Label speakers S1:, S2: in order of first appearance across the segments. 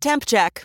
S1: Temp check.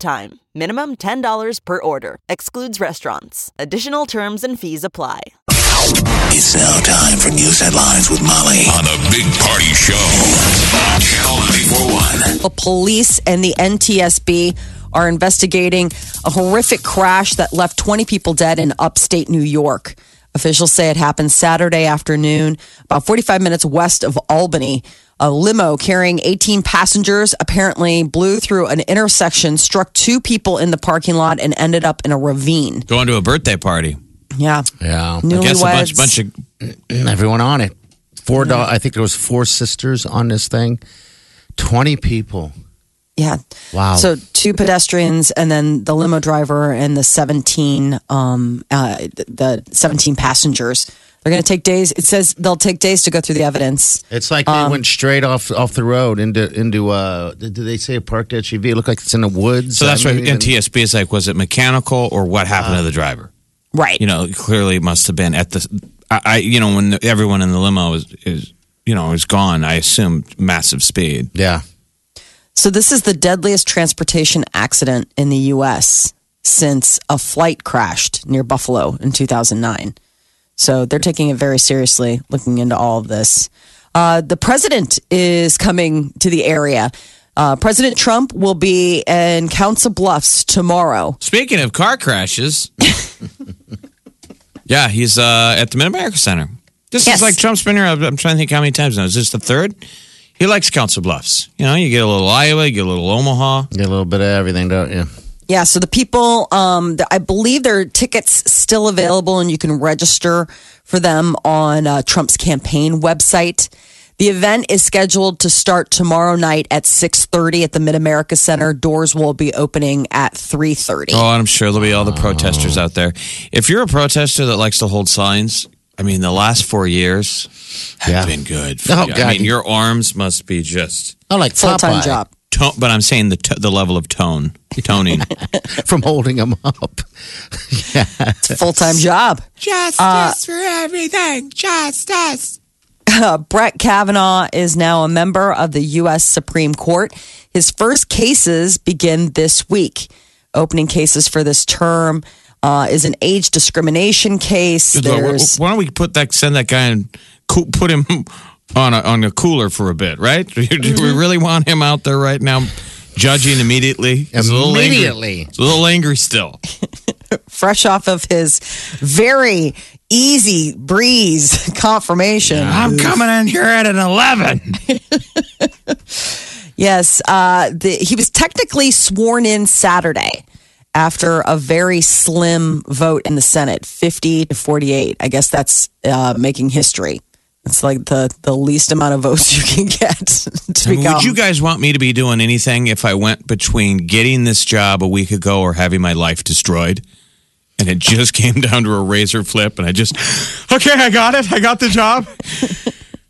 S1: time. Minimum $10 per order. Excludes restaurants. Additional terms and fees apply.
S2: It's now time for news headlines with Molly on a big party show. on Channel 941.
S3: The police and the NTSB are investigating a horrific crash that left 20 people dead in upstate New York. Officials say it happened Saturday afternoon, about 45 minutes west of Albany. A limo carrying 18 passengers apparently blew through an intersection, struck two people in the parking lot, and ended up in a ravine.
S4: going to a birthday party.
S3: Yeah.
S5: Yeah.
S4: I guess a bunch,
S3: Newlyweds.
S4: bunch of
S5: mm, Everyone on it. Four dollars. I think there was four sisters on this thing. Twenty people.
S3: Yeah.
S5: Wow.
S3: So two pedestrians, and then the limo driver and the seventeen, um, uh, the seventeen passengers. They're going to take days. It says they'll take days to go through the evidence.
S5: It's like they
S3: Um,
S5: went straight off off the road into into uh. Did did they say a parked SUV? E It looked like it's in the woods.
S4: so that's
S5: I
S4: why
S5: mean, and-
S4: NTSB is like, was it mechanical or what happened to the driver?
S3: Right.
S4: You know, clearly it must have been at the. I, I you know, when everyone in the limo is is you know is gone, I assumed massive speed.
S5: Yeah.
S3: So this is the deadliest transportation accident in the U.S. since a flight crashed near Buffalo in 2009. So they're taking it very seriously, looking into all of this. Uh, the president is coming to the area. Uh, president Trump will be in Council Bluffs tomorrow.
S4: Speaking of car crashes, yeah, he's uh, at the Mid America Center. This
S3: Yes.
S4: is like Trump's been here. I'm I'm trying to think how many times now. Is this the third? He likes Council Bluffs. You know, you get a little Iowa, you get a little Omaha.
S5: You Get a little bit of everything, don't you?
S3: Yeah, so the people, um, th- I believe there are tickets still available and you can register for them on uh, Trump's campaign website. The event is scheduled to start tomorrow night at 6.30 at the Mid-America Center. Doors will be opening at 3.30.
S4: Oh, and I'm sure there'll be all the protesters out there. If you're a protester that likes to hold signs, I mean, the last four years have
S5: Yeah.
S4: been good.
S5: Oh,
S4: I
S5: God.
S4: mean, your arms must be just.
S5: I Oh, like
S3: Full-time
S5: Popeye
S3: job.
S4: Tone, but I'm saying the t- the level of tone, toning.
S5: from holding them up.
S3: It's a full-time job.
S4: Justice for everything. Justice.
S3: Uh, Brett Kavanaugh is now a member of the U.S. Supreme Court. His first cases begin this week. Opening cases for this term uh, is an age discrimination case.
S4: Good Lord,
S3: There's
S4: why don't we put that? Send that guy and coo- put him on a, on a cooler for a bit, right? Do we really want him out there right now, judging immediately? He's a little angry.
S5: Immediately.
S4: He's a little angry still.
S3: fresh off of his very easy breeze confirmation.
S4: I'm coming in here at an eleven.
S3: Yes, uh, the, he was technically sworn in Saturday after a very slim vote in the Senate, 50 to 48. I guess that's uh, making history. It's like the, the least amount of votes you can get
S4: I
S3: to
S4: mean,
S3: become.
S4: would you guys want me to be doing anything if I went between getting this job a week ago or having my life destroyed? And it just came down to a razor flip, and I just, okay, I got it. I got the job.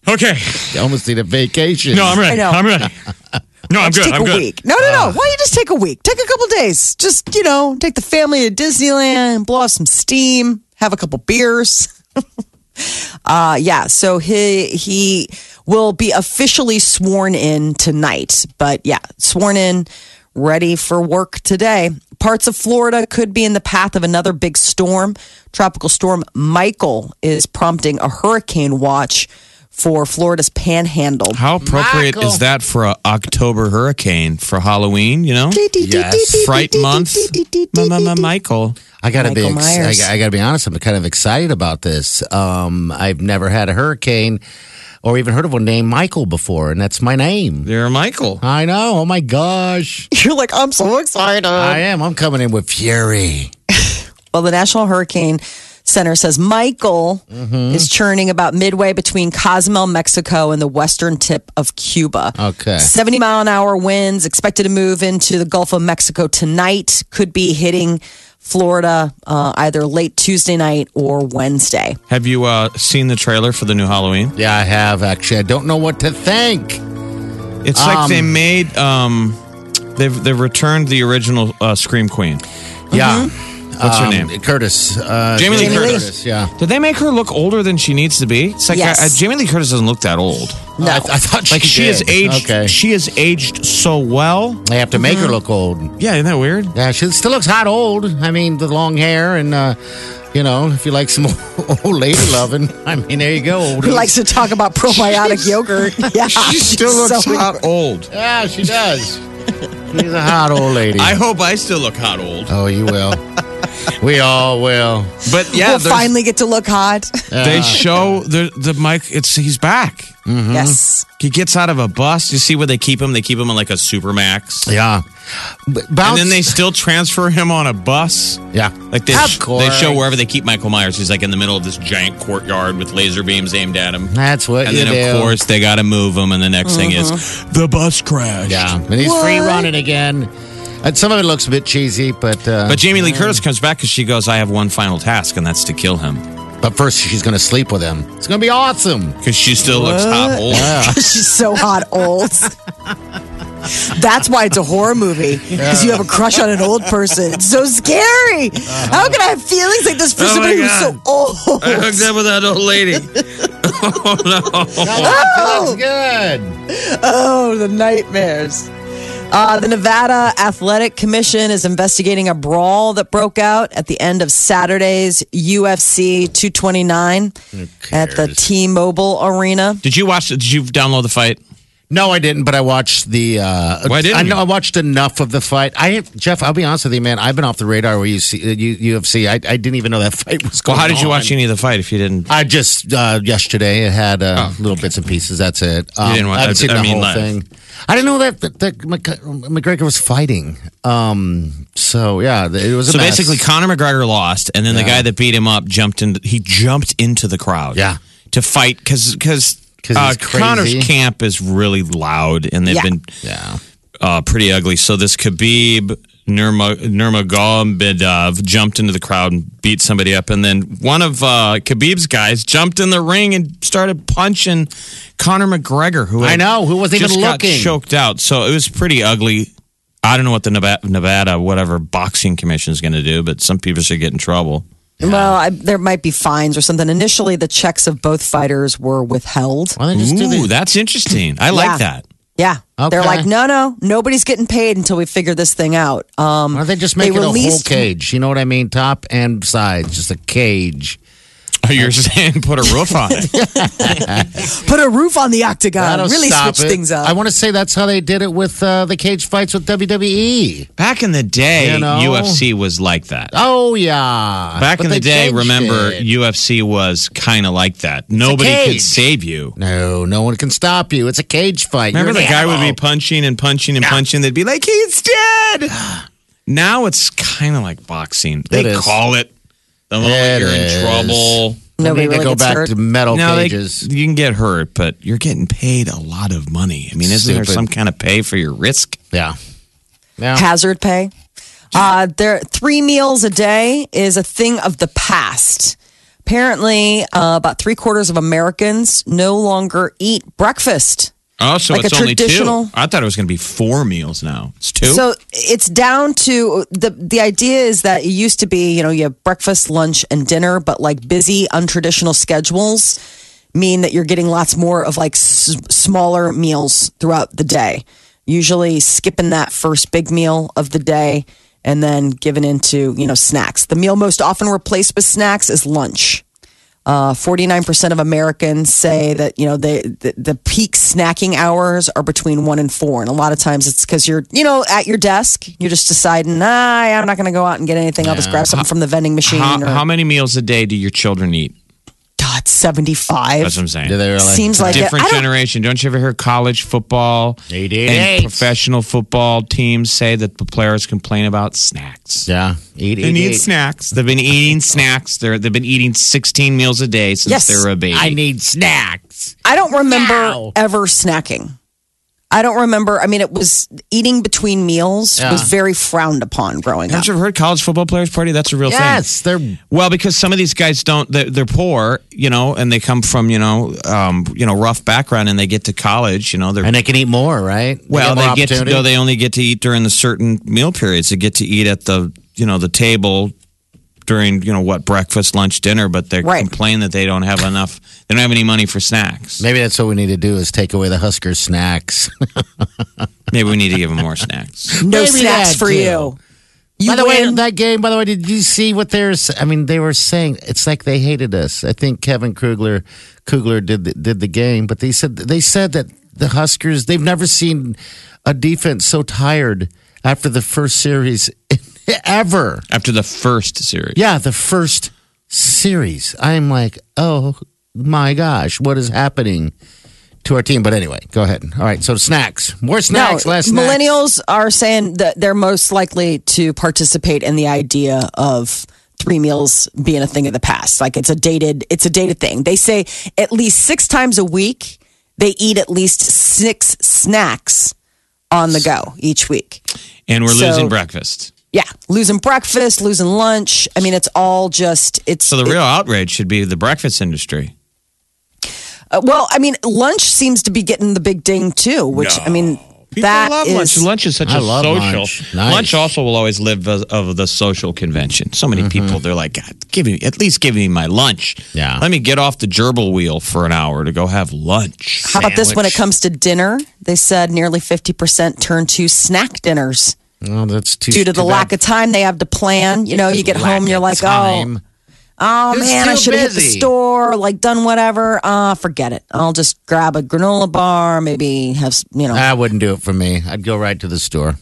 S4: Okay.
S5: You almost need a vacation.
S4: No, I'm ready.
S3: I know.
S4: I'm ready. No, I'm
S3: Just
S4: good.
S3: take
S4: I'm
S3: a
S4: good. Ah.
S3: week. No, no, no. Why don't you just take a week? Take a couple days. Just, you know, take the family to Disneyland, blow off some steam, have a couple beers. uh yeah, so he he will be officially sworn in tonight. But yeah, sworn in, ready for work today. Parts of Florida could be in the path of another big storm. Tropical storm Michael is prompting a hurricane watch for Florida's panhandle.
S4: How appropriate
S5: Michael.
S4: is that for a October hurricane for Halloween? You know,
S5: Yes.
S4: Fright Month. Mama Michael.
S5: I gotta
S3: Michael
S5: be. Ex-
S3: Myers.
S5: I, I gotta be honest. I'm kind of excited about this. Um, I've never had a hurricane, or even heard of one named Michael before, and that's my name.
S4: Dear Michael.
S5: I know. Oh my gosh.
S3: You're like, I'm so excited.
S5: I am. I'm coming in with fury.
S3: Well, the National Hurricane Center says Michael
S4: Mm-hmm.
S3: is churning about midway between Cozumel, Mexico, and the western tip of Cuba.
S5: Okay.
S3: 70 mile an hour winds expected to move into the Gulf of Mexico tonight, could be hitting Florida uh, either late Tuesday night or Wednesday.
S4: Have you uh, seen the trailer for the new Halloween?
S5: Yeah, I have actually. I don't know what to think.
S3: Mm-hmm.
S4: It's like they made um, they've they've returned the original uh, Scream Queen.
S5: Yeah.
S4: What's her
S5: Um,
S4: name?
S5: Curtis. Uh,
S4: Jamie Lee Curtis.
S5: Yeah.
S4: Did they make her look older than she needs to be? It's like
S3: Yes.
S4: I, I, Jamie Lee Curtis doesn't look that old.
S5: No, I, I thought she
S4: Like she
S5: did.
S4: is aged.
S5: Okay.
S4: She is aged so well.
S5: They have to make her
S3: Mm-hmm.
S5: look old.
S4: Yeah, isn't that weird?
S5: Yeah, she still looks hot old. I mean, the long hair and, uh, you know, if you like some old lady loving, I mean, there you go. Old
S3: Who likes to talk about probiotic yogurt? Yeah,
S4: She still
S3: she's
S4: looks
S3: Ah, so-
S4: hot old.
S5: Yeah, she does. She's a hot old lady.
S4: I hope I still look hot old.
S5: oh, you will. we all will.
S4: But yeah,
S3: we'll
S4: there's-
S3: finally get to look hot.
S4: they show the the Mike. It's he's back.
S3: Yes.
S4: He gets out of a bus. You see where they keep him? They keep him on like a supermax.
S5: Yeah. B-
S4: And
S5: bounce-
S4: then they still transfer him on a bus.
S5: Yeah.
S4: Like they,
S5: Of
S4: sh- they
S5: course.
S4: show wherever they keep Michael Myers. He's like in the middle of this giant courtyard with laser beams aimed at him.
S5: That's what
S4: And
S5: you
S4: then of
S5: do. Mm-hmm.
S4: course they got to move him. And the next thing is the bus crashed.
S5: Yeah. And he's free running again. And some of it looks a bit cheesy, but uh,
S4: But Jamie Lee Curtis comes back because she goes, "I have one final task, and that's to kill him."
S5: but first she's going to sleep with him. It's going to be awesome.
S4: Because she still looks hot old.
S3: She's so hot old. That's why it's a horror movie because you have a crush on an old person. It's so scary. How can I have feelings like this for
S4: Oh my
S3: somebody who's so
S4: God.
S3: old?
S4: I hooked up with that old lady. Oh,
S5: That's good.
S3: Oh, the nightmares. Uh, the Nevada Athletic Commission is investigating a brawl that broke out at the end of Saturday's UFC 229 at the T-Mobile Arena.
S4: Did you watch? Did you download the fight?
S5: No, I didn't, but I watched the. Uh,
S4: Why didn't
S5: I know
S4: you?
S5: I watched enough of the fight. I Jeff, I'll be honest with you, man. I've been off the radar with UC, uh, U- UFC. I, I didn't even know that fight was
S4: Well,
S5: going.
S4: how did you watch
S5: on.
S4: any of the fight if you didn't?
S5: I just uh, yesterday it had uh, little bits and pieces. That's it. Um,
S4: Oh. didn't watch-
S5: I haven't
S4: I-
S5: seen
S4: I
S5: the
S4: mean
S5: whole
S4: live.
S5: thing. I didn't know that that, that Mc- McGregor was fighting. Um, so yeah, th- it was a
S4: So
S5: mess.
S4: basically, Conor McGregor lost, and then the guy that beat him up jumped in. He jumped into the crowd.
S5: Yeah.
S4: to fight because because
S5: 'Cause
S4: uh,
S5: he's crazy.
S4: Conor's camp is really loud, and they've
S3: Yeah.
S4: been
S5: yeah.
S4: uh, pretty ugly. So this Khabib Nurma- Nurmagomedov jumped into the crowd and beat somebody up, and then one of uh, Khabib's guys jumped in the ring and started punching Conor McGregor, who
S5: I
S4: had
S5: know, who wasn't even
S4: just got
S5: looking.
S4: choked out. So it was pretty ugly. I don't know what the Nevada, Nevada whatever boxing commission is going to do, but some people should get in trouble.
S3: Well, I, there might be fines or something. Initially, the checks of both fighters were withheld.
S5: Why don't they just do
S4: Ooh,
S5: the,
S4: that's interesting. I like
S3: Yeah.
S4: that.
S3: Yeah. They're
S5: Okay.
S3: like, no, no, nobody's getting paid until we figure this thing out. Um,
S5: Why don't they just make
S3: they
S5: it a whole
S3: released-
S5: cage? You know what I mean? Top and sides, just a cage.
S4: You're saying put a roof on it.
S3: put a roof on the octagon.
S5: That'll
S3: Uh, Really
S5: stop
S3: switch
S5: it.
S3: things up.
S5: I want to say that's how they did it with uh, the cage fights with E. WWE.
S4: Back in the day,
S5: You know?
S4: UFC was like that.
S5: Oh yeah,
S4: Back
S5: But
S4: in the
S5: they
S4: day,
S5: changed
S4: remember,
S5: it.
S4: UFC was kind of like that. Nobody could
S5: cage.
S4: save you.
S5: No, no one can stop you. It's a cage fight.
S4: Remember,
S5: You're
S4: the
S5: an
S4: guy would
S5: animal.
S4: be punching and punching and punching. They'd be like, he's dead. now it's kind of like boxing. They
S5: It is.
S4: call it. The moment
S5: It
S4: you're in
S5: is. Oh,
S4: trouble.
S3: Nobody
S5: I mean, they
S3: really
S5: go
S3: gets
S5: back
S3: hurt.
S5: to metal
S4: Now they,
S5: cages.
S4: you can get hurt, but you're getting paid a lot of money. I mean, isn't there
S5: Stupid.
S4: some kind of pay for your risk?
S5: yeah, yeah.
S3: hazard pay. Uh, there, three meals a day is a thing of the past. Apparently, uh, about three quarters of Americans no longer eat breakfast.
S4: Oh, so
S3: Like a
S4: it's only
S3: traditional-
S4: two. I thought it was going to be four meals now. It's two.
S3: So it's down to the the idea is that it used to be you know you have breakfast, lunch, and dinner, but like busy, untraditional schedules mean that you're getting lots more of like s- smaller meals throughout the day. Usually skipping that first big meal of the day and then giving into you know snacks. The meal most often replaced with snacks is lunch. Uh, 49% of Americans say that, you know, they, the, the peak snacking hours are between one and four. And a lot of times it's because you're, you know, at your desk, you're just deciding, nah, I'm not going to go out and get anything. I'll just grab something from the vending machine.
S4: how,
S3: or,
S4: how many meals a day do your children eat?
S3: God, 75.
S4: That's what I'm saying.
S5: Do they really?
S4: It's
S3: Seems
S4: a
S3: like it.
S4: different
S3: I don't-
S4: generation. Don't you ever hear college football
S5: They did.
S4: and
S5: Eight.
S4: professional football teams say that the players complain about snacks?
S5: yeah. Eat,
S4: They
S5: eat,
S4: need
S5: eat.
S4: snacks. They've been eating snacks. They're, they've been eating 16 meals a day since
S3: Yes.
S4: they were a baby.
S5: I need snacks.
S3: I don't remember
S5: Wow.
S3: ever snacking. I don't remember. I mean, it was eating between meals
S5: Yeah.
S3: was very frowned upon growing
S4: Haven't you
S3: up.
S4: ever heard college football players party? That's a real thing.
S5: Yes, they're
S4: Well, because some of these guys don't, they're, they're poor, you know, and they come from, you know, um, you know, rough background and they get to college, you know, they're
S5: and they can eat more, right?
S4: Well, they
S5: more
S4: get to,
S5: opportunity.
S4: no, they only get to eat during the certain meal periods. They get to eat at the you know the table during you know what breakfast, lunch, dinner. But they
S3: Right.
S4: complain that they don't have enough. They don't have any money for snacks.
S5: Maybe that's what we need to do is take away the Husker snacks.
S4: Maybe we need to give them more snacks.
S3: No
S5: Maybe
S3: snacks
S5: that
S3: for you.
S5: too.
S3: You
S5: by the way,
S3: win.
S5: that game. By the way, did you see what they're? s- I mean, they were saying it's like they hated us. I think Kevin Kugler Kugler did the, did the game, but they said they said that the Huskers they've never seen a defense so tired after the first series ever.
S4: After the first series,
S5: Yeah, the first series. I'm like, oh my gosh, what is happening to our team? But anyway, go ahead. All right, so snacks, more snacks, less snacks.
S3: millennials are saying that they're most likely to participate in the idea of three meals being a thing of the past. Like it's a dated, it's a dated thing. They say at least six times a week they eat at least six snacks on the go each week.
S4: and we're
S3: So-
S4: losing breakfast.
S3: Yeah, losing breakfast, losing lunch. I mean, it's all just it's
S4: So the real outrage should be the breakfast industry.
S3: uh, well. I mean, lunch seems to be getting the big ding too. Which I mean,
S4: People
S3: that
S4: love
S3: is-
S4: lunch. Lunch is such a
S5: I love
S4: social.
S5: lunch. Nice.
S4: also will always live as- of the social convention. So many people, they're like, God, give me at least give me my lunch.
S5: Mm-hmm. Yeah.
S4: let me get off the gerbil wheel for an hour to go have lunch.
S3: How about this when it
S4: Sandwich.
S3: comes to dinner? They said nearly 50% turn to snack dinners
S5: Oh, that's too
S3: due to the
S5: too
S3: lack
S5: bad.
S3: of time they have to plan. You know, you get home, you're like, oh, oh
S5: It's
S3: man, I
S5: too
S3: should have hit the
S5: busy.
S3: store, like done whatever. Uh, forget it. I'll just grab a granola bar, maybe have, s- you know.
S5: I wouldn't do it for me. I'd go right to the store.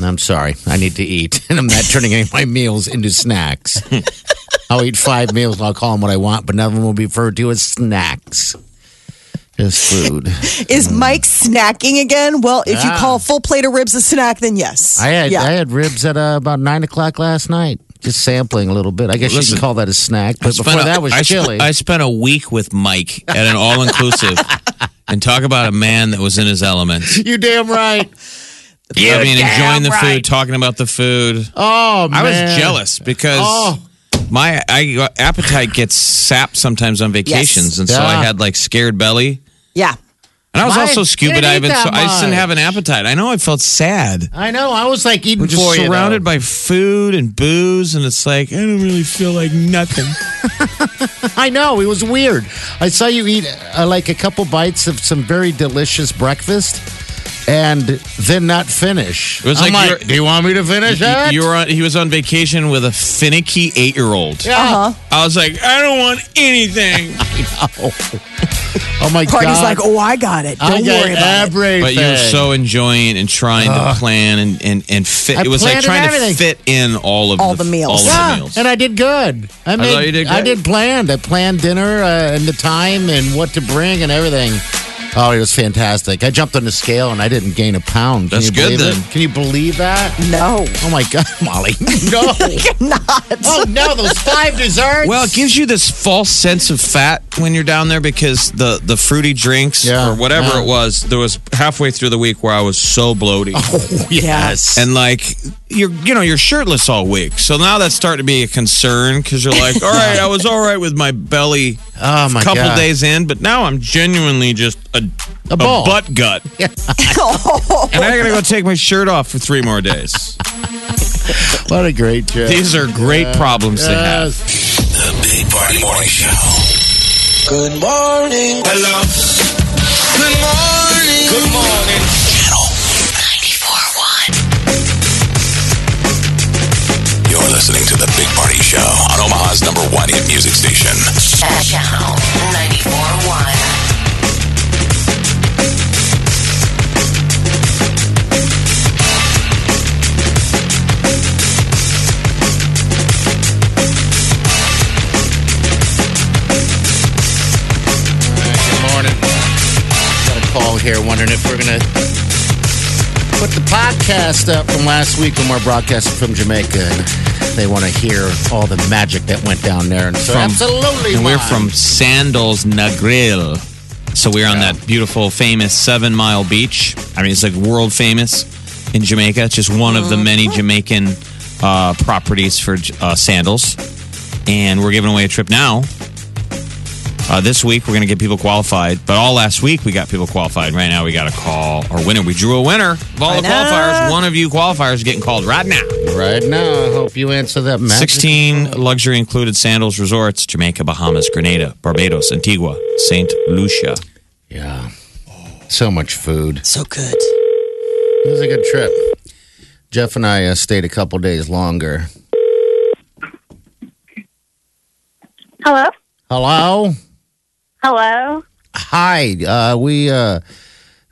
S5: I'm sorry. I need to eat, and I'm not turning any of my meals into snacks. I'll eat five meals, and I'll call them what I want, but none of them will be referred to as snacks. Just food.
S3: Is
S5: mm.
S3: Mike snacking again? Well, if you
S5: Ah.
S3: call a full plate of ribs a snack, then yes.
S5: I had
S3: yeah.
S5: I had ribs at uh, about nine o'clock last night. Just sampling a little bit. I guess you
S4: Listen.
S5: can call that a snack, but before
S4: Spent a-
S5: that was
S4: I sp-
S5: chili.
S4: I spent a week with Mike at an all inclusive, and talk about a man that was in his element.
S5: you damn right.
S4: Yeah, I mean, enjoying the
S5: right.
S4: food, talking about the food.
S5: Oh man,
S4: I was jealous because
S5: Oh.
S4: my I, uh, appetite gets sapped sometimes on vacations, and so I
S5: Yeah.
S4: had like scared belly.
S3: yeah.
S4: And I was
S5: Why
S4: also scuba
S5: didn't eat
S4: diving, so
S5: that
S4: I just didn't
S5: much?
S4: have an appetite. I know I felt sad.
S5: I know. I was like eating
S4: We're just
S5: for you, though.
S4: surrounded by food and booze, and it's like I don't really feel like nothing.
S5: I know it was weird. I saw you eat uh, like a couple bites of some very delicious breakfast, and then not finish.
S4: It was like
S5: I'm like,
S4: you're-
S5: do you want me to finish that?
S4: you were on, he was on vacation with a finicky eight-year-old.
S3: Uh-huh.
S5: Yeah.
S4: I was like, I don't want anything.
S5: Oh my
S3: Party's
S5: god!
S3: like, oh, I got it. Don't
S5: I got
S3: worry about it.
S5: everything.
S4: But you're so enjoying and trying to plan and and, and fit.
S5: I
S4: it was like
S5: planned
S4: trying
S5: everything.
S4: to fit in all of
S3: All the meals.
S4: All of
S5: yeah,
S4: the meals.
S5: and I did good. I made.
S4: you did
S5: I
S4: great.
S5: did planned. I planned dinner uh, and the time and what to bring and everything. Oh, it was fantastic. I jumped on the scale and I didn't gain a pound. Can
S4: That's
S5: you
S4: good,
S5: believe
S4: then.
S5: It? Can you believe that?
S3: No.
S5: Oh my God, Molly! No,
S3: Not.
S5: oh no, those five desserts.
S4: Well, it gives you this false sense of fat when you're down there because the the fruity drinks
S5: Yeah,
S4: or whatever
S5: yeah.
S4: it was. There was halfway through the week where I was so bloated,
S5: Oh. yes.
S4: and like you're you know you're shirtless all week. So now that's starting to be a concern because you're like, all right, I was all right with my belly
S5: Oh my
S4: a couple
S5: God.
S4: days in, but now I'm genuinely just a
S5: A ball.
S4: butt gut, and I gotta go take my shirt off for three more days.
S5: What a great trip.
S4: These are great problems to have.
S5: Yes.
S2: The Big Party Morning Show.
S6: Good morning.
S2: Hello. Good morning. Good morning. Channel 94.1. You're listening to The Big Party Show on Omaha's number one hit music station.
S7: Channel 94.1.
S2: The
S5: here wondering if we're going to put the podcast up from last week when we're broadcasting from Jamaica. And they want to hear all the magic that went down there. And so
S4: From-
S5: absolutely.
S4: And we're
S5: why.
S4: from Sandals Negril. So we're on that beautiful, famous seven mile beach. I mean, it's like world famous in Jamaica. It's just one of the many Jamaican uh, properties for uh, sandals. And we're giving away a trip now. Uh, this week, we're going to get people qualified. But all last week, we got people qualified. Right now, we got a call or winner. We drew a winner of all
S1: I
S4: the
S1: know.
S4: qualifiers. One of you qualifiers is getting called right now.
S5: Right now, I hope you answer that magic.
S4: 16 luxury included sandals resorts Jamaica, Bahamas, Grenada, Barbados, Antigua, St. Lucia.
S5: Yeah. So much food.
S1: So good.
S5: It was a good trip. Jeff and I uh, stayed a couple days longer.
S8: Hello?
S5: Hello?
S8: Hello?
S5: Hi. Uh, we, uh,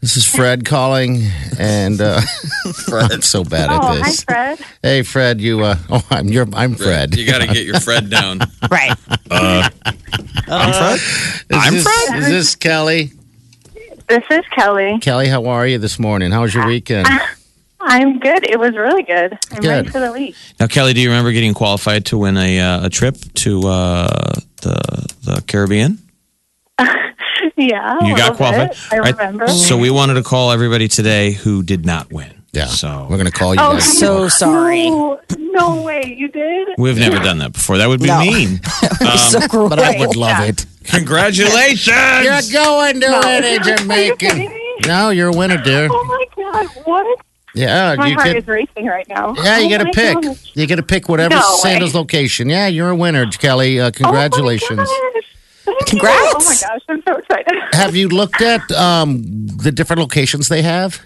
S5: this is Fred calling, and uh, Fred. I'm so bad
S8: Oh,
S5: at
S8: hi,
S5: this.
S8: Fred.
S5: Hey, Fred, you, uh, oh, I'm your, I'm Fred.
S4: got to get your Fred down.
S1: Right.
S4: I'm Fred?
S5: Is
S4: I'm
S5: this,
S4: Fred?
S5: Is this Kelly?
S8: This is Kelly.
S5: Kelly, how are you this morning? How was your weekend?
S4: Uh,
S8: I'm good. It was really good. I'm ready
S5: Good.
S8: for the week.
S4: Now, Kelly, do you remember getting qualified to win a, uh, a trip to uh, the, the Caribbean?
S8: Yeah.
S4: you
S8: a
S4: got
S8: little
S4: qualified?
S8: bit. I
S4: All right,
S8: remember.
S4: So we wanted to call everybody today who did not win.
S5: Yeah.
S4: So
S5: We're going to call you
S8: Oh,
S5: guys.
S1: So sorry.
S5: Um,
S8: No, no way. You did?
S4: we've never done that before. That would be
S1: No.
S4: mean.
S1: so great.
S5: but I would love it.
S4: Congratulations.
S5: You're going to win in
S8: Are you kidding
S5: Jamaica.
S8: me?
S5: No, you're a winner, dear.
S8: Oh, my God. What?
S5: Yeah,
S8: My
S5: you
S8: heart
S5: could.
S8: is racing right now.
S5: Yeah, you
S8: Oh
S5: got
S8: my
S5: to pick.
S8: gosh.
S5: You got to pick whatever
S8: No way.
S5: Santa's location. Yeah, you're a winner, Kelly. Uh,
S8: Oh, my
S5: congratulations.
S8: gosh. Thank you.
S1: Congrats.
S8: Oh, my gosh. I'm so excited.
S5: have you looked at um, the different locations they have?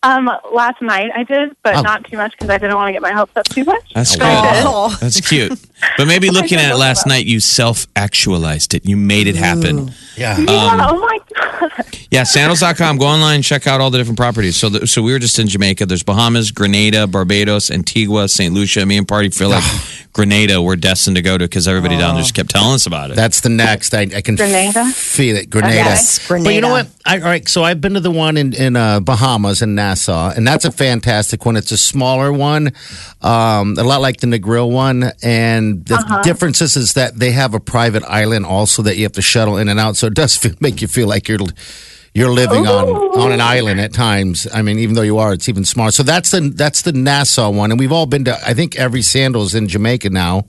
S8: Um, last night I did, but
S5: Oh.
S8: not too much because I didn't want to get my hopes up too much.
S4: That's good. Um,
S1: Oh.
S4: That's cute. But maybe looking at it last night, you self actualized it. You made it happen.
S5: Yeah.
S8: yeah, oh, my God.
S4: Yeah, sandals.com. Go online, check out all the different properties. So, the, so we were just in Jamaica. There's Bahamas, Grenada, Barbados, Antigua, St. Lucia. Me and Party feel like Grenada, we're destined to go to because everybody down there just kept telling us about it.
S5: That's the next. I, I can
S8: Grenada?
S5: f- feel it. Grenada.
S1: Yes,
S5: But you know what?
S1: Grenada.
S5: I, all right. So I've been to the one in, in uh, Bahamas in Nassau, and that's a fantastic one. It's a smaller one, um, a lot like the Negril one. And the
S1: Uh-huh.
S5: difference is, is that they have a private island also that you have to shuttle in and out. So it does feel, make you feel like you're. You're living on on an island at times. I mean, even though you are, it's even smaller. So that's the that's the Nassau one, and we've all been to. I think every sandals in Jamaica now,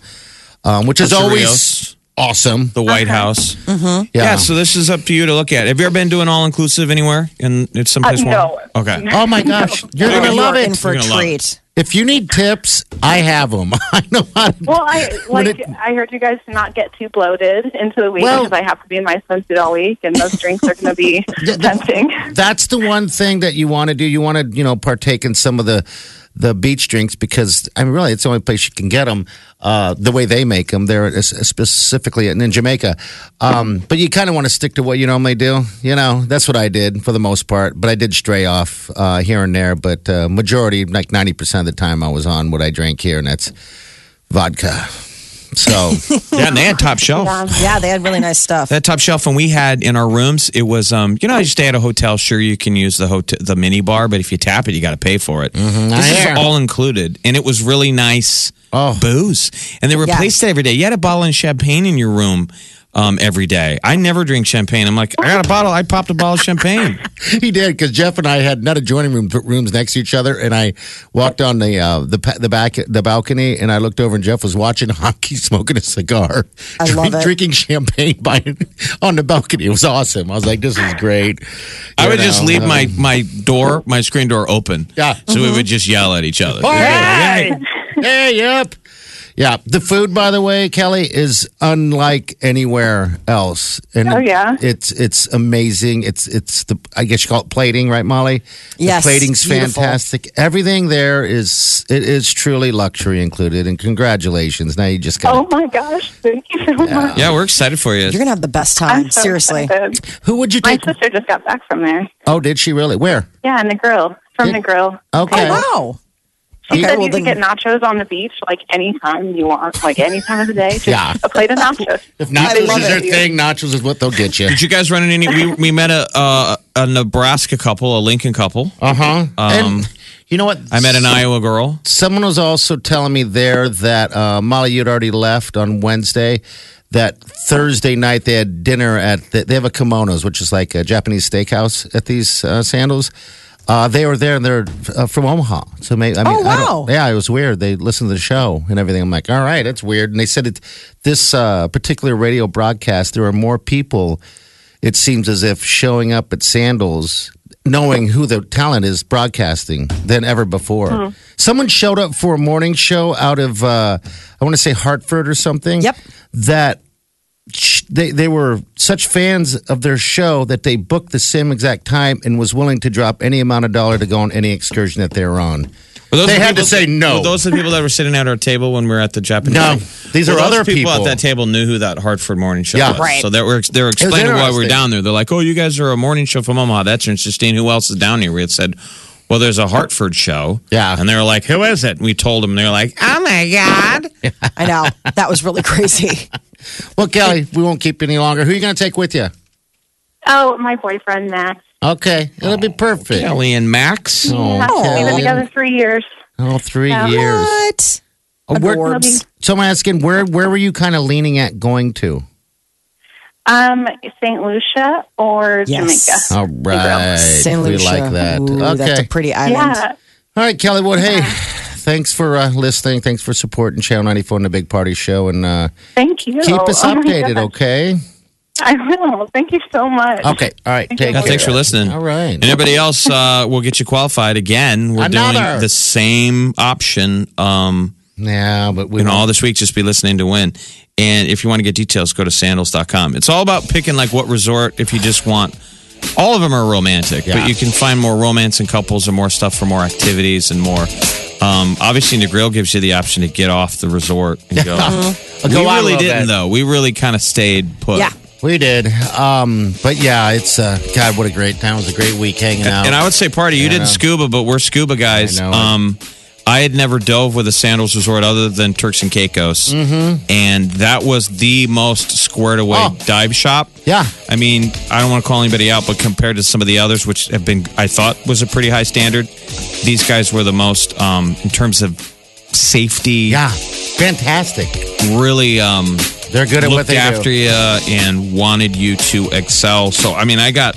S5: um, which is
S4: That's
S5: always awesome.
S4: the White House.
S8: Mm-hmm.
S4: Yeah. so this is up to you to look at. Have you ever been to an all inclusive anywhere? In, in someplace
S8: Uh,
S4: warm?
S8: no.
S4: Okay.
S5: Oh my gosh, you're
S1: Oh,
S5: gonna
S1: you
S5: love
S1: are
S5: it.
S1: in for a
S4: You're gonna love
S1: treat.
S5: if you need tips, I have them. I know how. To,
S8: Well, I
S5: When
S8: like
S5: it-
S8: I heard you guys to not get too bloated into the week
S5: Well-
S8: because I have to be in my swimsuit all week, and those drinks are going to be tempting.
S5: that's the one thing that you want to do. You want to, you know, partake in some of the the beach drinks because I mean, really, it's the only place you can get them. Uh, the way they make them, there is- specifically in in Jamaica. Um, but you kind of want to stick to what you normally do. You know, that's what I did for the most part. But I did stray off uh, here and there. But uh, majority, like ninety percent of the time, I was on what I drank here, and that's vodka. So.
S4: Yeah, and they had top shelf.
S1: Yeah, they had really nice stuff.
S4: That top shelf, and we had in our rooms, it was um, you know, how you stay at a hotel. Sure, you can use the hotel, the mini bar, but if you tap it, you got to pay for it. This
S5: hear.
S4: is all included, and it was really nice
S5: Oh.
S4: booze, and they replaced it every day. You had a bottle of champagne in your room. Um, every day, I never drink champagne. I'm like, I got a bottle. I popped a bottle of champagne.
S5: He did because Jeff and I had not adjoining room, but rooms next to each other, and I walked on the uh, the pa- the back the balcony, and I looked over, and Jeff was watching hockey, smoking a cigar,
S1: I love it.
S5: drinking champagne by on the balcony. It was awesome. I was like, "This is great."
S4: I
S5: You
S4: would just
S5: know,
S4: leave my
S5: um,
S4: my door, my screen door open.
S5: Yeah. Mm-hmm.
S4: So we would just yell at each other.
S5: Hey, hey, yep, yeah. The food, by the way, Kelly, is unlike anywhere else, and
S8: Oh, yeah?
S5: it's it's amazing. It's it's the I guess you call it plating, right, Molly?
S1: Yes,
S5: the plating's
S1: beautiful.
S5: fantastic. Everything there is it is truly luxury included, and congratulations. Now you just got.
S8: Oh my gosh! Thank you so
S5: Um,
S8: much.
S4: Yeah, we're excited for you.
S1: You're gonna have the best
S8: I'm
S1: time.
S8: so
S1: Seriously.
S8: excited.
S5: Who would you
S8: My
S5: take?
S8: sister just got back from there.
S5: Oh, did she really? Where?
S8: Yeah, and the grill from
S5: Yeah. Oh,
S8: the grill.
S5: Okay.
S1: Oh wow.
S8: She
S5: Yeah,
S8: said
S3: well,
S8: you can
S3: then-
S8: get nachos on the beach like anytime you want, like any time of the day. Just
S5: Yeah.
S8: a plate of nachos.
S5: If
S3: I
S5: nachos
S3: love
S5: is their
S3: it.
S5: thing, nachos is what they'll get you.
S4: Did you guys run into any? We, we met a uh, a Nebraska couple, a Lincoln couple.
S5: Uh huh.
S4: Um,
S5: and you know what?
S4: I met an Iowa girl.
S5: Someone was also telling me there that uh, Molly, you'd already left on Wednesday. That Thursday night they had dinner at the, they have a kimonos, which is like a Japanese steakhouse at these uh, sandals. Uh, they were there and they're uh, from Omaha, so maybe I mean,
S3: Oh,
S5: I don't-
S3: wow.
S5: yeah, it was weird. They listened to the show and everything. I'm like, all right, that's weird. And they said it this uh, particular radio broadcast. There were more people. It seems as if showing up at Sandals, knowing who the talent is broadcasting than ever before. Someone showed up for a morning show out of uh, I want to say Hartford or something.
S3: Yep.
S5: That sh- they they were such fans of their show that they booked the same exact time and was willing to drop any amount of dollar to go on any excursion that they were on.
S4: Were those
S5: They
S4: the
S5: had to
S4: people-
S5: say no.
S4: Were those the people that were sitting at our table when we were at the Japanese?
S5: No, these
S4: Well,
S5: are
S4: those
S5: other
S4: at
S5: people.
S4: that table knew who that Hartford morning show
S5: Yeah.
S4: was.
S5: Right.
S4: So they were they were explaining why we
S5: interesting.
S4: we're down there. They're like, "Oh, you guys are a morning show from Omaha. That's interesting. Who else is down here?" We had said. Well, there's a Hartford show.
S5: Yeah.
S4: And they were like, who is it? And we told them. They were like, oh my God.
S3: I know. That was really crazy.
S5: Well, Kelly, we won't keep you any longer. Who are you going to take with you?
S8: Oh, my boyfriend Max.
S5: Okay, it'll be perfect.
S4: Oh, Kelly and Max.
S5: Oh,
S8: We've been
S5: Kelly.
S8: together three years.
S5: Oh, three
S8: Yeah.
S5: years.
S3: What?
S5: Oh, where,
S3: Adorbs.
S5: so I'm asking, where where were you kind of leaning at going to?
S8: Um, St. Lucia or
S3: Yes.
S8: Jamaica.
S5: All right,
S3: Saint
S5: we
S3: Lucia.
S5: like that.
S3: Ooh,
S5: okay,
S3: That's a pretty island.
S8: Yeah.
S5: all right, Kelly. Well, hey, thanks for uh, listening. Thanks for supporting Channel 94 and the Big Party Show, and uh,
S8: Thank you.
S5: keep us
S8: Oh my
S5: updated.
S8: gosh.
S5: Okay.
S8: I will. Thank you so much.
S5: Okay. All right. Take
S4: Yeah, thanks
S5: care.
S4: for listening.
S5: All right.
S4: And everybody else, uh, we'll get you qualified again. We're
S5: Another.
S4: doing the same option. Um,
S5: Yeah, but we
S4: you know, all
S5: all
S4: this week, just be listening to win. And if you want to get details, go to sandals.com. It's all about picking like what resort if you just want. All of them are romantic,
S5: Yeah.
S4: but you can find more romance and couples and more stuff for more activities and more. Um, obviously, the grill gives you the option to get off the resort and go. we
S5: Uh-huh. Go out a
S4: really
S5: little
S4: didn't,
S5: bit.
S4: though. We really kind of stayed put.
S3: Yeah.
S5: we did. Um, but yeah, it's uh, God, what a great time. It was a great week hanging out.
S4: And I would say, party, you
S5: Yeah, I
S4: didn't scuba, but we're scuba guys.
S5: I know.
S4: um, I had never dove with a sandals resort other than Turks and Caicos, mm-hmm. and that was the most squared away
S5: Oh.
S4: dive shop.
S5: Yeah.
S4: I mean, I don't want to call anybody out, but compared to some of the others, which have been, I thought was a pretty high standard, these guys were the most um, in terms of safety.
S5: yeah, fantastic.
S4: really. Um,
S5: They're good at
S4: looked
S5: what they
S4: after
S5: do.
S4: you and wanted you to excel. So I mean, I got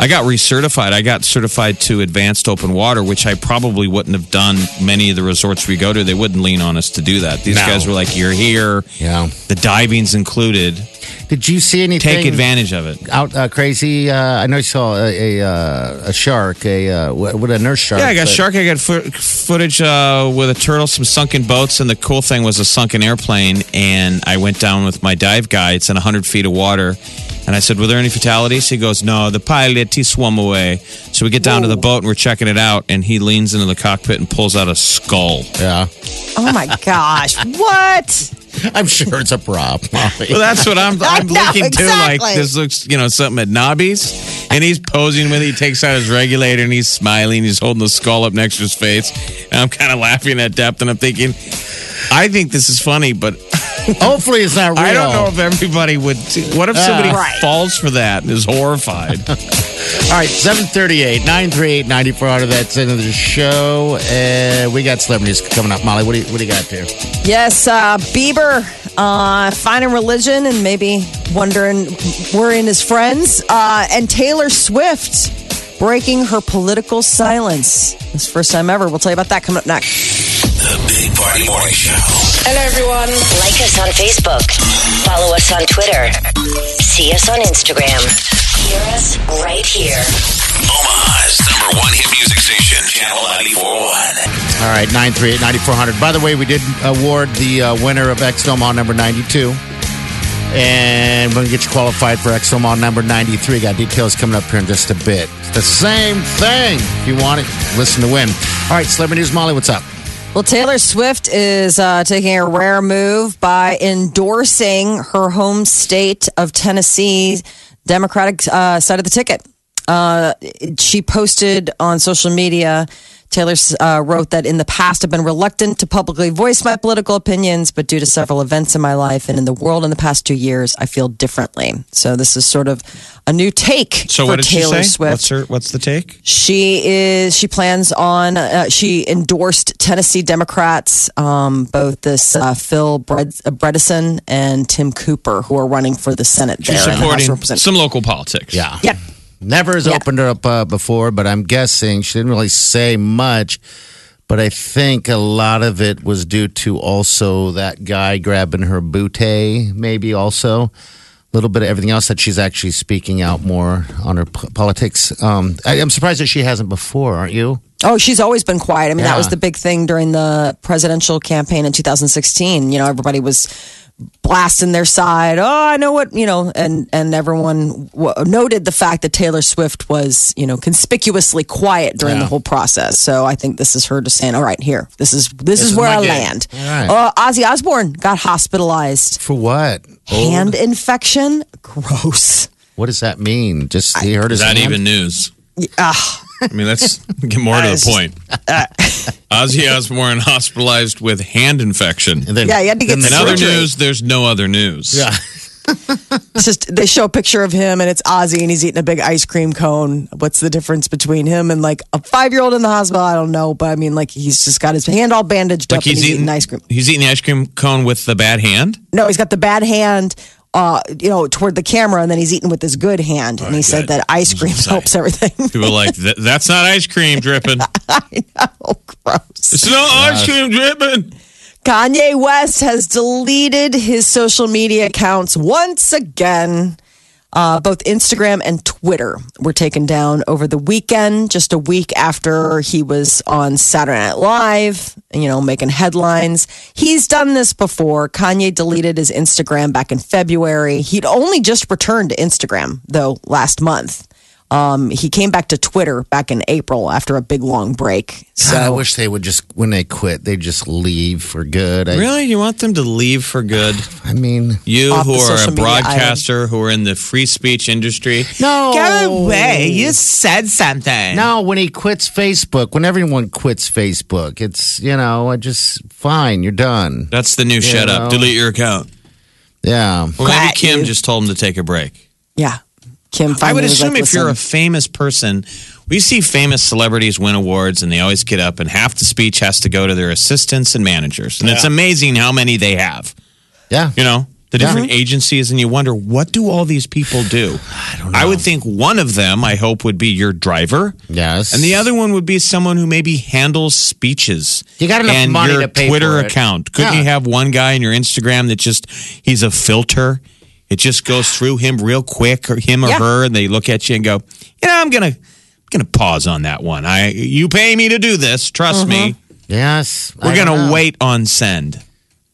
S4: I got recertified. I got certified to advanced open water, which I probably wouldn't have done. Many of the resorts we go to, they wouldn't lean on us to do that. These
S5: No.
S4: guys were like, "You're here.
S5: Yeah.
S4: The diving's included.
S5: Did you see anything?
S4: Take advantage of it."
S5: out uh, crazy. Uh, I know you saw a a, uh, a shark, a uh, what what a nurse shark.
S4: Yeah, I got
S5: but-
S4: shark. I got foot footage uh, with a turtle, some sunken boats, and the cool thing was a sunken airplane. And I went down with my dive guy. It's in 100 feet of water. And I said, "Were there any fatalities?" He goes, "No, the pilot he swam away." So we get down to the boat and we're checking it out. And he leans into the cockpit and pulls out a skull.
S5: Yeah,
S3: Oh my gosh. What?
S5: I'm sure it's a prop. Molly.
S4: Well, that's what I'm. I'm
S3: I know,
S4: looking to
S3: exactly.
S4: like this looks, you know, something at Nobby's, and he's posing with. it. He takes out his regulator and he's smiling. He's holding the skull up next to his face, and I'm kind of laughing at depth. And I'm thinking, I think this is funny, but
S5: Hopefully, it's not real.
S4: I don't know if everybody would. do- What if somebody
S5: Ah.
S3: Right.
S4: falls for that and is horrified?
S5: All right, 738, 938, 9400. That's the end of the show. Uh, we got celebrities coming up. Molly, what do you, what do you got there?
S3: Yes, uh, Bieber uh, finding religion and maybe wondering, worrying his friends. Uh, and Taylor Swift breaking her political silence. It's the first time ever. We'll tell you about that coming up next.
S2: The Big Party Morning Show.
S7: Hello, everyone. Like us on Facebook. Follow us on Twitter. See us on Instagram. Hear us right here.
S2: Omaha's number one hit music station, Channel 941.
S5: All right, 938, 9400. By the way, we did award the uh, winner of X Omaha number 92. And we're going to get you qualified for X Omaha number 93. Got details coming up here in just a bit. It's the same thing. If you want it, listen to win. All right, Celebrity News Molly, what's up?
S3: Well, Taylor Swift is uh, taking a rare move by endorsing her home state of Tennessee Democratic uh, side of the ticket. Uh, she posted on social media Taylor uh, wrote that in the past I've been reluctant to publicly voice my political opinions, but due to several events in my life and in the world in the past two years, I feel differently. So this is sort of a new take
S4: So
S3: for
S4: what did
S3: Taylor
S4: she say?
S3: Swift.
S4: What's her? What's the take?
S3: She is. She plans on. Uh, she endorsed Tennessee Democrats, um, both this uh, Phil Bred- uh, Bredesen and Tim Cooper, who are running for the Senate.
S4: She's
S3: there in the House of
S4: supporting
S3: Representatives.
S4: some local politics.
S5: Yeah.
S3: Yep.
S5: Never has
S3: Yeah.
S5: opened her up uh, before, but I'm guessing she didn't really say much. But I think a lot of it was due to also that guy grabbing her bootay, maybe also a little bit of everything else that she's actually speaking out more on her p- politics. Um, I, I'm surprised that she hasn't before, aren't you?
S3: Oh, she's always been quiet. I mean, that was
S5: Yeah.
S3: the big thing during the presidential campaign in 2016. You know, everybody was blasting their side. Oh, I know what you know, and and everyone w- noted the fact that Taylor Swift was you know conspicuously quiet during the whole process. So I think this is her just saying, "All right, here, this is this, is,
S4: is
S3: where
S4: my
S3: I
S4: gig."
S3: land."
S5: All right.
S3: Uh, Ozzy Osbourne got hospitalized,
S5: For what? Old?
S3: hand infection. Gross.
S5: What does that mean? Just he hurt
S4: Is
S5: his
S4: that
S5: hand?
S4: even news?
S3: Ah,
S4: I mean, let's get more to the point.
S3: Uh,
S4: Ozzy Osbourne hospitalized with hand infection.
S5: And then,
S3: Yeah, he had to get
S5: then
S4: In
S5: the
S4: other
S5: surgery.
S4: news, there's no other news.
S5: Yeah.
S3: It's just they show a picture of him and it's Ozzy and he's eating a big ice cream cone. What's the difference between him and like a five year old in the hospital? I don't know, but I mean, like he's just got his hand all bandaged
S4: Like
S3: up. and
S4: he's, eating
S3: ice cream.
S4: He's eating the ice cream cone with the bad hand.
S3: No, he's got the bad hand, uh, you know, toward the camera, and then he's eating with his good hand. and he said
S4: good.
S3: that ice cream
S4: That's what I'm
S3: helps everything.
S4: People are like, "Th- that's not ice cream dripping.
S3: oh, gross.
S4: It's no ice cream dripping.
S3: Kanye West has deleted his social media accounts once again. Uh, both Instagram and Twitter were taken down over the weekend, just a week after he was on Saturday Night Live, you know, making headlines. He's done this before. Kanye deleted his Instagram back in February. He'd only just returned to Instagram, though, last month. Um, he came back to Twitter back in April after a big long break. So
S5: God, I wish they would just when they quit, they just leave for good. I,
S4: Really? You want them to leave for good?
S5: I mean,
S4: You
S3: Off
S4: who
S3: the
S4: are
S3: social
S4: a
S3: media island.
S4: broadcaster, who are in the free speech industry.
S5: no,
S4: said something.
S5: No, when he quits Facebook, when everyone quits Facebook, it's you know, I just fine, you're done.
S4: That's the new shut up.
S5: know.
S4: Delete your account.
S5: Yeah,
S4: Well, maybe
S3: Quiet
S4: Kim
S3: you.
S4: just told him to take a break.
S3: Yeah. Kim
S4: I
S3: finally
S4: would
S3: was
S4: assume
S3: like,
S4: if you're a
S3: "Listen."
S4: famous person, we see famous celebrities win awards and they always get up, and half the speech has to go to their assistants and managers. And it's amazing how many they have,
S5: yeah.
S4: you know, the different agencies. And you wonder, what do all these people do? I don't know. I would think one of them, I hope, would be your driver.
S5: Yes.
S4: And the other one would be someone who maybe handles speeches.
S5: You got enough
S4: and
S5: money
S4: your
S5: to pay
S4: Twitter
S5: for it.
S4: account. Couldn't
S5: Yeah.
S4: you have one guy in your Instagram that just he's a filter? It just goes through him real quick, or him or
S3: Yeah.
S4: her, and they look at you and go, "You know, I'm gonna, I'm gonna pause on that one. I, you pay me to do this. Trust me.
S5: yes, Uh-huh. I
S4: We're
S5: don't
S4: gonna
S5: know.
S4: wait on send,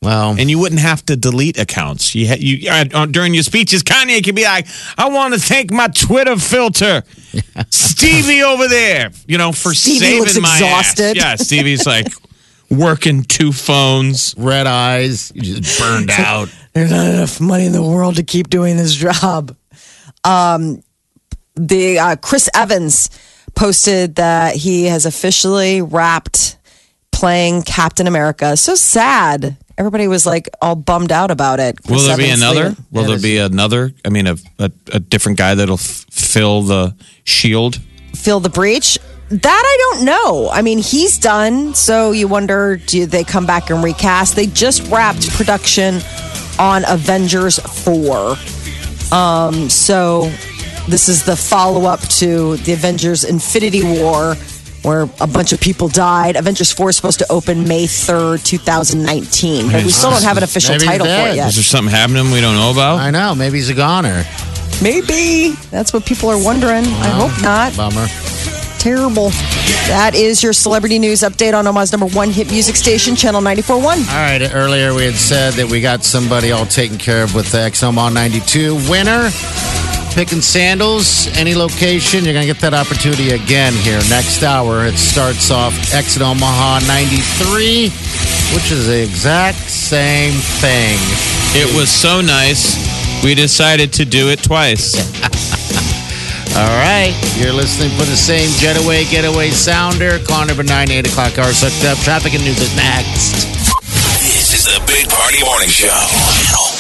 S5: Well,
S4: and you wouldn't have to delete accounts. You, ha- you uh, during your speeches, Kanye could be like, "I want to thank my Twitter filter, Stevie over there, you know, for
S3: Stevie
S4: saving
S3: looks
S4: my
S3: exhausted.
S4: ass." Yeah, Stevie's like working two phones.
S5: red eyes, you just burned out.
S3: There's not enough money in the world to keep doing this job. Um, the uh, Chris Evans posted that he has officially wrapped playing Captain America. So sad. Everybody was like all bummed out about it.
S4: Will
S3: Chris
S4: there be
S3: Evans
S4: another?
S3: leaving.
S4: Will there be another? I mean, a, a, a different guy that'll f- fill the shield.
S3: Fill the breach. That I don't know. I mean, he's done. So you wonder do they come back and recast? They just wrapped production on Avengers 4. So this is the follow up to the Avengers Infinity War, where a bunch of people died. Avengers 4 is supposed to open May 3rd, 2019. But we still don't have an official
S5: Maybe
S3: title for it
S5: that.
S4: Is
S3: yet.
S4: there something happening we don't know about?
S5: I know. Maybe he's a goner.
S3: Maybe. That's what people are wondering. I hope not.
S5: Bummer.
S3: Terrible. That is your celebrity news update on Omaha's number one hit music station, Channel 94.1.
S5: All right. Earlier we had said that we got somebody all taken care of with the XML 92 winner. Picking sandals, any location, you're going to get that opportunity again here next hour. It starts off exit Omaha 93, which is the exact same thing.
S4: It was so nice. We decided to do it twice.
S5: All right. You're listening for the same Jetaway Getaway Sounder. Connor Benign, 8 o'clock hour sucked up. Traffic and news is next.
S2: This is the Big Party Morning Show. Channel